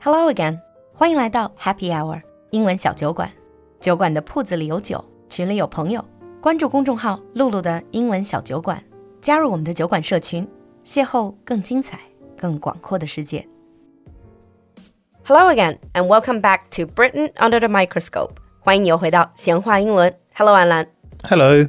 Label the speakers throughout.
Speaker 1: Hello again，欢迎来到 Happy Hour 英文小酒馆。酒馆的铺子里有酒，群里有朋友。关注公众号“露露的英文小酒馆”，加入我们的酒馆社群，邂逅更精彩、更广阔的世界。Hello again and welcome back to Britain under the microscope。欢迎你又回到闲话英伦。Hello，安澜。
Speaker 2: Hello.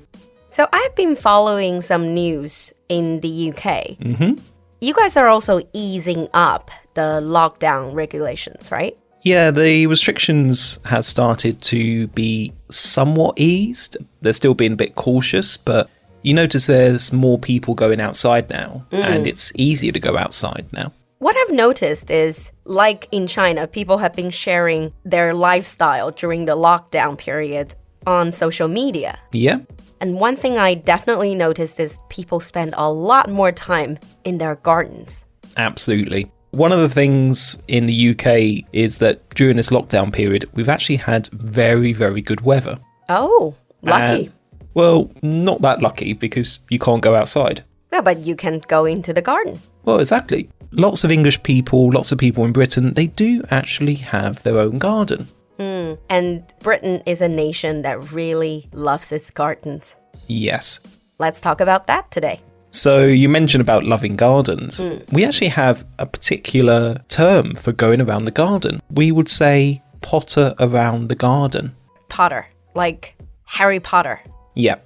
Speaker 1: So I've been following some news in the UK. Mm-hmm. You guys are also easing up the lockdown regulations, right?
Speaker 2: Yeah, the restrictions has started to be somewhat eased. They're still being a bit cautious, but you notice there's more people going outside now, and it's easier to go outside now.
Speaker 1: What I've noticed is, like in China, people have been sharing their lifestyle during the lockdown period on social media.
Speaker 2: Yeah.
Speaker 1: And one thing I definitely noticed is people spend a lot more time in their gardens.
Speaker 2: Absolutely. One of the things in the UK is that during this lockdown period, we've actually had very, very good weather.
Speaker 1: Oh, lucky.
Speaker 2: And- well, not that lucky because you can't go outside.
Speaker 1: yeah, but you can go into the garden.
Speaker 2: Well, exactly. Lots of English people, lots of people in Britain, they do actually have their own garden.
Speaker 1: And Britain is a nation that really loves its gardens.
Speaker 2: Yes.
Speaker 1: Let's talk about that today.
Speaker 2: So you mentioned about loving gardens. We actually have a particular term for going around the garden. We would say potter around the garden.
Speaker 1: Potter, like Harry Potter.
Speaker 2: Yeah.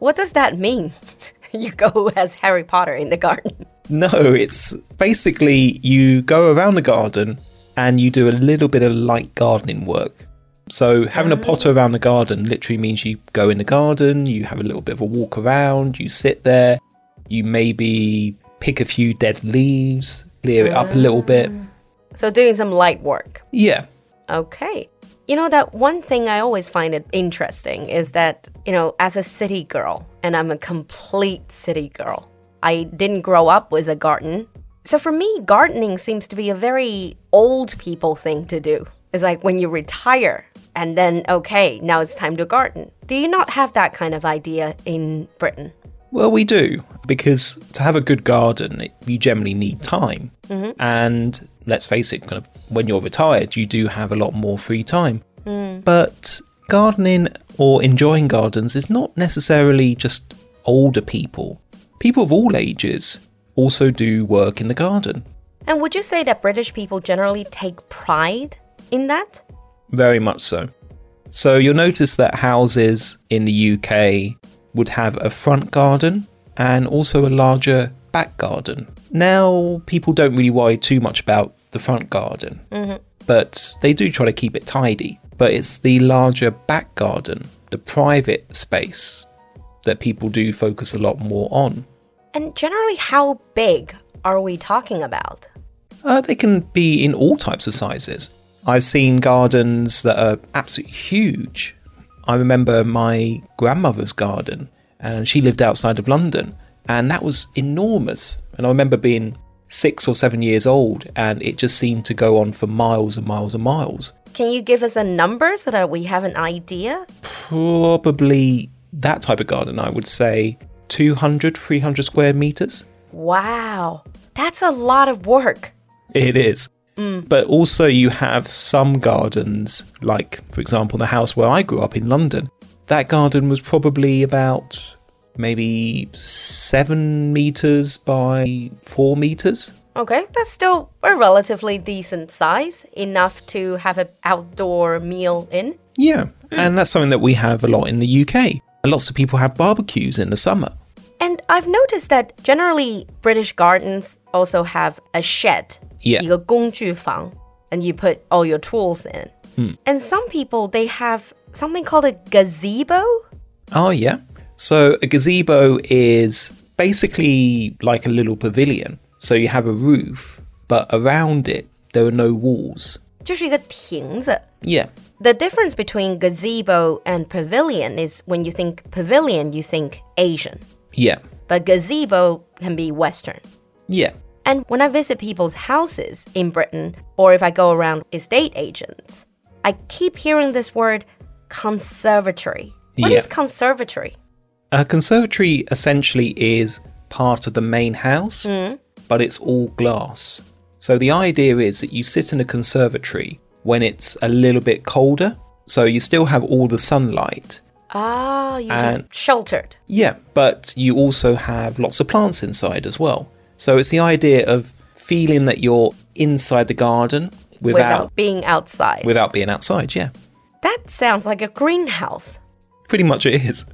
Speaker 1: What does that mean? you go as Harry Potter in the garden.
Speaker 2: No, it's basically you go around the garden and you do a little bit of light gardening work. So having a potter around the garden literally means you go in the garden, you have a little bit of a walk around, you sit there, you maybe pick a few dead leaves, clear it up a little bit.
Speaker 1: So, doing some light work.
Speaker 2: Yeah.
Speaker 1: Okay. You know, that one thing I always find it interesting is that, you know, as a city girl, and I'm a complete city girl, I didn't grow up with a garden. So for me, gardening seems to be a very old people thing to do. It's like when you retire and then, okay, now it's time to garden. Do you not have that kind of idea in Britain?
Speaker 2: Well, we do, because to have a good garden, it- you generally need time. And let's face it, kind of when you're retired, you do have a lot more free time. But gardening or enjoying gardens is not necessarily just older people. People of all ages also do work in the garden.
Speaker 1: And would you say that British people generally take pride in that?
Speaker 2: Very much so. So you'll notice that houses in the UK would have a front garden and also a larger back garden. Now, people don't really worry too much about the front garden, but they do try to keep it tidy. But it's the larger back garden, the private space, that people do focus a lot more on.
Speaker 1: And generally, how big are we talking about?
Speaker 2: Uh, they can be in all types of sizes. I've seen gardens that are absolutely huge. I remember my grandmother's garden, and she lived outside of London, and that was enormous. And I remember being six or seven years old, and it just seemed to go on for miles and miles and miles.
Speaker 1: Can you give us a number so that we have an idea?
Speaker 2: Probably that type of garden, I would say 200, 300 square meters.
Speaker 1: Wow, that's a lot of work.
Speaker 2: It is. But also, you have some gardens, like, for example, the house where I grew up in London. That garden was probably about maybe seven meters by four meters.
Speaker 1: Okay, that's still a relatively decent size, enough to have an outdoor meal in.
Speaker 2: Yeah. And that's something that we have a lot in the UK. Lots of people have barbecues in the summer.
Speaker 1: And I've noticed that generally British gardens also have a shed,
Speaker 2: Yeah.
Speaker 1: 一个工具房, and you put all your tools in. And some people they have something called a gazebo.
Speaker 2: Oh, yeah. So a gazebo is basically like a little pavilion. So you have a roof, but around it, there are no walls.
Speaker 1: 就是一个亭子。
Speaker 2: Yeah.
Speaker 1: The difference between gazebo and pavilion is when you think pavilion, you think Asian,
Speaker 2: Yeah.
Speaker 1: but gazebo can be Western.
Speaker 2: Yeah.
Speaker 1: And when I visit people's houses in Britain, or if I go around estate agents, I keep hearing this word conservatory. What is
Speaker 2: Yeah.
Speaker 1: conservatory?
Speaker 2: A conservatory essentially is part of the main house, but it's all glass. So the idea is that you sit in a conservatory when it's a little bit colder, so you still have all the sunlight.
Speaker 1: Ah, you just sheltered.
Speaker 2: Yeah, but you also have lots of plants inside as well. So it's the idea of feeling that you're inside the garden without
Speaker 1: without being outside.
Speaker 2: without being outside, yeah.
Speaker 1: that sounds like a greenhouse.
Speaker 2: Pretty much it is.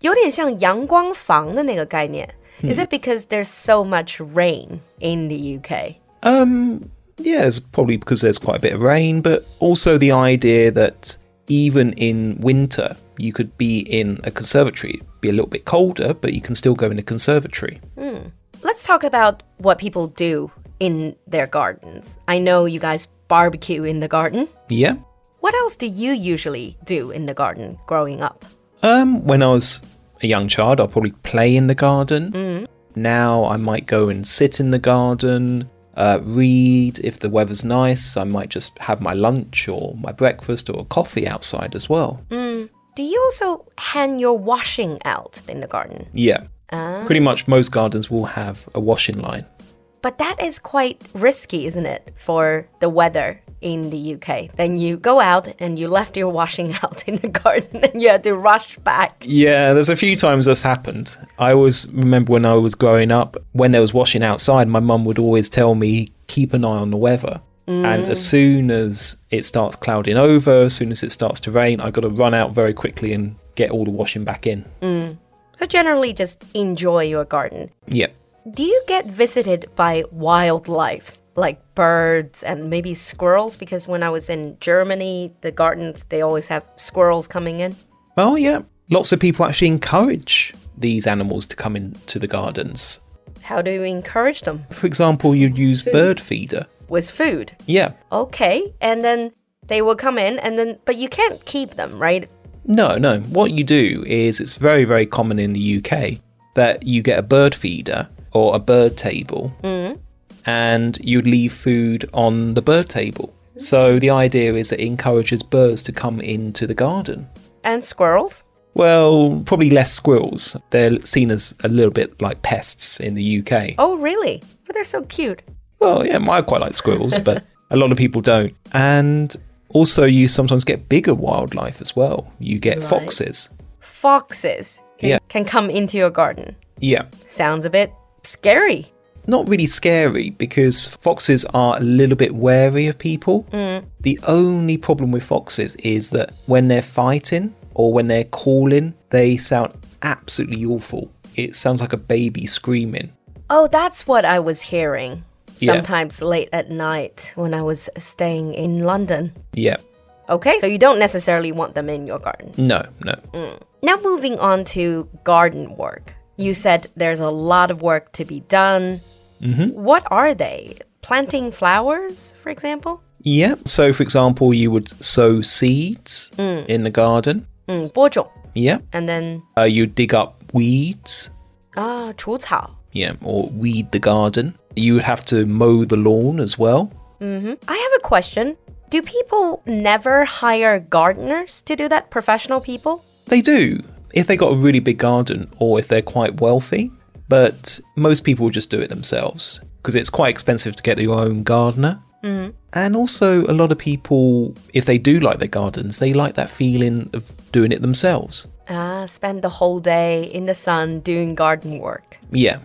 Speaker 1: 有点像阳光房的那个概念. Is it because there's so much rain in the UK?
Speaker 2: Um, yeah, it's probably because there's quite a bit of rain, but also the idea that even in winter, you could be in a conservatory, It'd be a little bit colder, but you can still go in a conservatory.
Speaker 1: Let's talk about what people do in their gardens. I know you guys barbecue in the garden.
Speaker 2: Yeah.
Speaker 1: What else do you usually do in the garden growing up?
Speaker 2: Um, when I was a young child, I'll probably play in the garden. Now I might go and sit in the garden, uh, read. If the weather's nice, I might just have my lunch or my breakfast or coffee outside as well.
Speaker 1: Do you also hang your washing out in the garden?
Speaker 2: Yeah. Pretty much most gardens will have a washing line.
Speaker 1: But that is quite risky, isn't it, for the weather in the UK? Then you go out and you left your washing out in the garden and you had to rush back.
Speaker 2: Yeah, there's a few times that's happened. I always remember when I was growing up, when there was washing outside, my mum would always tell me, keep an eye on the weather. And as soon as it starts clouding over, as soon as it starts to rain, I got to run out very quickly and get all the washing back in.
Speaker 1: So generally, just enjoy your garden.
Speaker 2: Yeah.
Speaker 1: Do you get visited by wildlife like birds and maybe squirrels? Because when I was in Germany, the gardens they always have squirrels coming in.
Speaker 2: Well, Oh, yeah, lots of people actually encourage these animals to come into the gardens.
Speaker 1: How do you encourage them?
Speaker 2: For example, you'd use bird feeder.
Speaker 1: With food.
Speaker 2: Yeah.
Speaker 1: Okay. And then they will come in and then but you can't keep them, right?
Speaker 2: No, no. What you do is it's very, very common in the UK that you get a bird feeder or a bird table and you leave food on the bird table. So the idea is that it encourages birds to come into the garden.
Speaker 1: And squirrels?
Speaker 2: Well, probably less squirrels. They're seen as a little bit like pests in the UK.
Speaker 1: Oh really? But they're so cute.
Speaker 2: Well, yeah, I quite like squirrels, but a lot of people don't. And also, you sometimes get bigger wildlife as well. You get foxes.
Speaker 1: Foxes can,
Speaker 2: Yeah.
Speaker 1: can come into your garden.
Speaker 2: Yeah.
Speaker 1: Sounds a bit scary.
Speaker 2: not really scary because foxes are a little bit wary of people. The only problem with foxes is that when they're fighting or when they're calling, they sound absolutely awful. It sounds like a baby screaming.
Speaker 1: Oh, that's what I was hearing
Speaker 2: Yeah.
Speaker 1: sometimes late at night when I was staying in London.
Speaker 2: Yeah,
Speaker 1: Okay, so you don't necessarily want them in your garden.
Speaker 2: no, no.
Speaker 1: Now, moving on to garden work. You said there's a lot of work to be done. What are they? Planting flowers, for example?
Speaker 2: Yeah, so for example, you would sow seeds in the garden.
Speaker 1: Mm, 播种,
Speaker 2: Yeah,
Speaker 1: and then
Speaker 2: uh, you dig up weeds.
Speaker 1: ah, 除草.
Speaker 2: Yeah, or weed the garden. You would have to mow the lawn as well.
Speaker 1: I have a question. Do people never hire gardeners to do that? Professional people?
Speaker 2: They do, if they got a really big garden or if they're quite wealthy. But most people just do it themselves because it's quite expensive to get your own gardener. And also, a lot of people, if they do like their gardens, they like that feeling of doing it themselves.
Speaker 1: Ah, spend the whole day in the sun doing garden work.
Speaker 2: Yeah.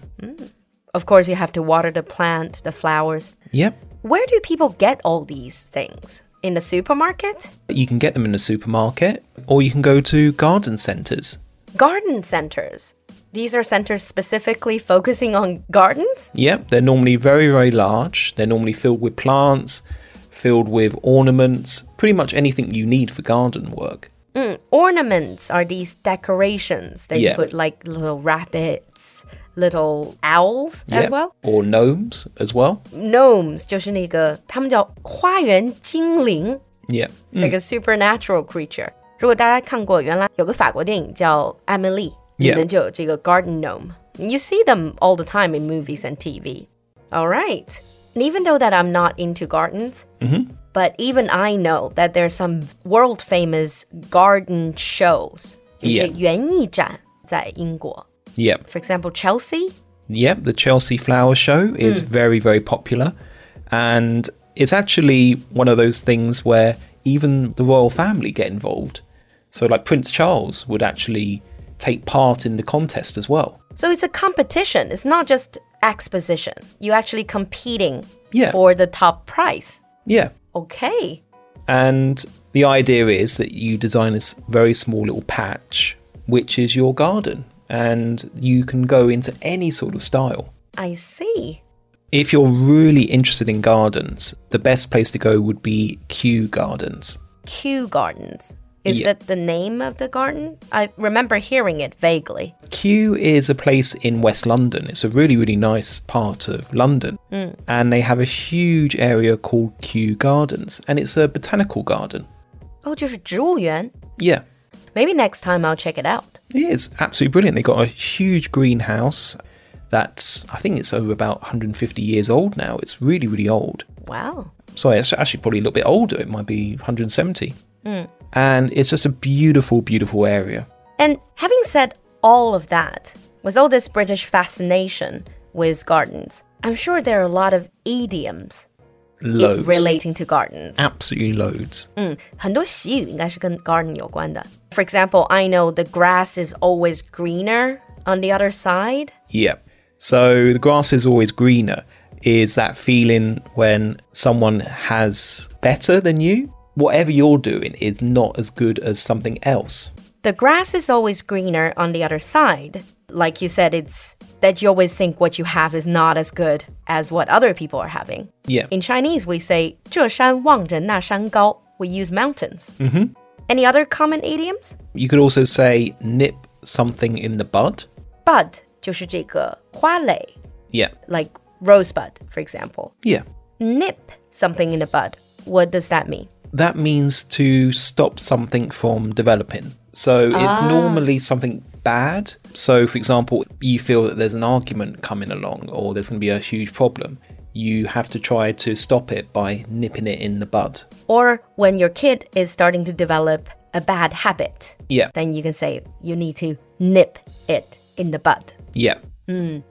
Speaker 1: Of course, you have to water the plant, the flowers.
Speaker 2: Yeah.
Speaker 1: Where do people get all these things? In the supermarket?
Speaker 2: You can get them in the supermarket or you can go to garden centres.
Speaker 1: Garden centers. These are centers specifically focusing on gardens?
Speaker 2: Yeah, they're normally very, very large. They're normally filled with plants, filled with ornaments, pretty much anything you need for garden work.
Speaker 1: Mm, Ornaments are these decorations that you
Speaker 2: Yeah.
Speaker 1: put like little rabbits, little owls as
Speaker 2: Yeah.
Speaker 1: well.
Speaker 2: Or gnomes as well.
Speaker 1: Gnomes 就是那个，他们叫花园精灵。
Speaker 2: Yeah.
Speaker 1: like a supernatural creature. 如果大家看过，原来有个法国电影叫 Emily，、
Speaker 2: Yeah.
Speaker 1: 里面就有这个 garden gnome. You see them all the time in movies and TV. All right. And even though that I'm not into gardens,
Speaker 2: Mm-hmm.
Speaker 1: but even I know that there's some world famous garden shows.
Speaker 2: Yeah.
Speaker 1: 就是园艺展在英国.
Speaker 2: Yep.
Speaker 1: For example, Chelsea. Hmm.
Speaker 2: Yep. The Chelsea Flower Show is very, very popular. And it's actually one of those things where even the royal family get involved. So, like Prince Charles would actually take part in the contest as well.
Speaker 1: So it's a competition. It's not just exposition. You're actually competing
Speaker 2: Yeah.
Speaker 1: for the top prize.
Speaker 2: Yeah.
Speaker 1: Okay.
Speaker 2: And the idea is that you design this very small little patch, which is your garden, and you can go into any sort of style.
Speaker 1: I see.
Speaker 2: If you're really interested in gardens, the best place to go would be Kew Gardens.
Speaker 1: Kew Gardens. Is
Speaker 2: Yeah.
Speaker 1: that the name of the garden? I remember hearing it vaguely.
Speaker 2: Kew is a place in West London. It's a really, really nice part of London. And they have a huge area called Kew Gardens, and it's a botanical garden.
Speaker 1: Oh, 就是植物园.
Speaker 2: Yeah.
Speaker 1: Maybe next time I'll check it out.
Speaker 2: Yeah, it's absolutely brilliant. They got a huge greenhouse that's, I think it's over about 150 years old now. It's really, really old.
Speaker 1: Wow.
Speaker 2: Sorry, it's actually probably a little bit older. It might be 170. And it's just a beautiful, beautiful area.
Speaker 1: And having said all of that, with all this British fascination with gardens, I'm sure there are a lot of idioms i-
Speaker 2: Loads. Ah.
Speaker 1: relating to gardens. Mm,
Speaker 2: Absolutely loads.
Speaker 1: 嗯，很多习语应该是跟 garden For example, I know the grass is always greener on the other side.
Speaker 2: Yeah. So the grass is always greener. Is that feeling when someone has better than you? Whatever you're doing is not as good as something else.
Speaker 1: The grass is always greener on the other side. Like you said, it's that you always think what you have is not as good as what other people are having.
Speaker 2: Yeah.
Speaker 1: In Chinese, we say 这山望着那山高. We use mountains. Mm-hmm. Any other common idioms?
Speaker 2: You could also say nip something in the bud.
Speaker 1: Bud 就是这个花蕾,
Speaker 2: Yeah.
Speaker 1: like rosebud, for example.
Speaker 2: Yeah.
Speaker 1: Nip something in the bud. What does that mean?
Speaker 2: That means to stop something from developing. So it's normally something bad. So, for example, you feel that there's an argument coming along or there's going to be a huge problem. You have to try to stop it by nipping it in the bud.
Speaker 1: Or when your kid is starting to develop a bad habit,
Speaker 2: Yeah.
Speaker 1: then you can say you need to nip it in the bud.
Speaker 2: Yeah.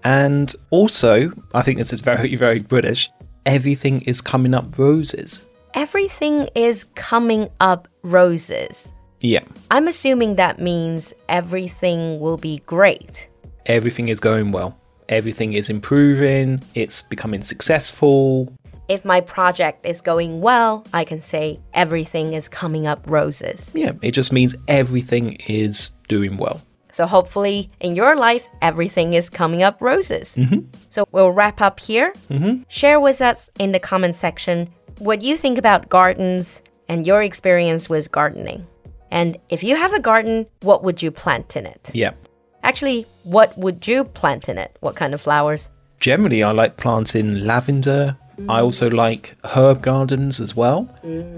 Speaker 2: And also, I think this is very, very British everything is coming up roses.
Speaker 1: Everything is coming up roses.
Speaker 2: Yeah.
Speaker 1: I'm assuming that means everything will be great.
Speaker 2: Everything is going well. Everything is improving. It's becoming successful.
Speaker 1: If my project is going well, I can say everything is coming up roses.
Speaker 2: Yeah. It just means everything is doing well.
Speaker 1: So hopefully in your life, everything is coming up roses. So we'll wrap up here. Share with us in the comment section what you think about gardens and your experience with gardening. And if you have a garden, what would you plant in it?
Speaker 2: Yeah.
Speaker 1: Actually, what would you plant in it? What kind of flowers?
Speaker 2: Generally, I like planting lavender. I also like herb gardens as well.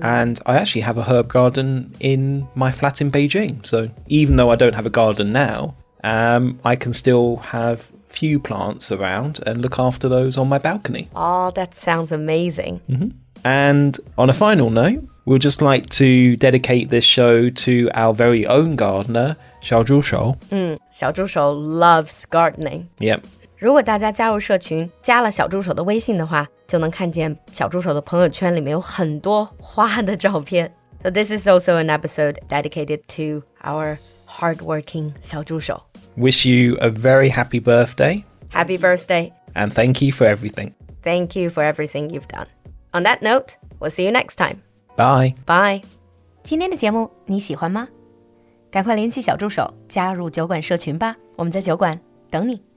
Speaker 2: And I actually have a herb garden in my flat in Beijing. So even though I don't have a garden now, um, I can still have few plants around and look after those on my balcony.
Speaker 1: Oh, that sounds amazing.
Speaker 2: And on a final note, we'd just like to dedicate this show to our very own gardener, Xiao Zhu Shou.
Speaker 1: Xiao loves gardening.
Speaker 2: Yep.
Speaker 1: 如果大家加入社群，加了小助手的微信的话，就能看见小助手的朋友圈里面有很多花的照片。So this is also an episode dedicated to our hardworking 小助手。
Speaker 2: Wish you a very happy birthday
Speaker 1: Happy birthday!
Speaker 2: and thank you for everything.
Speaker 1: Thank you for everything you've done. On that note, we'll see you next time.
Speaker 2: Bye.
Speaker 1: Bye. 今天的节目你喜欢吗？赶快联系小助手加入酒馆社群吧，我们在酒馆等你。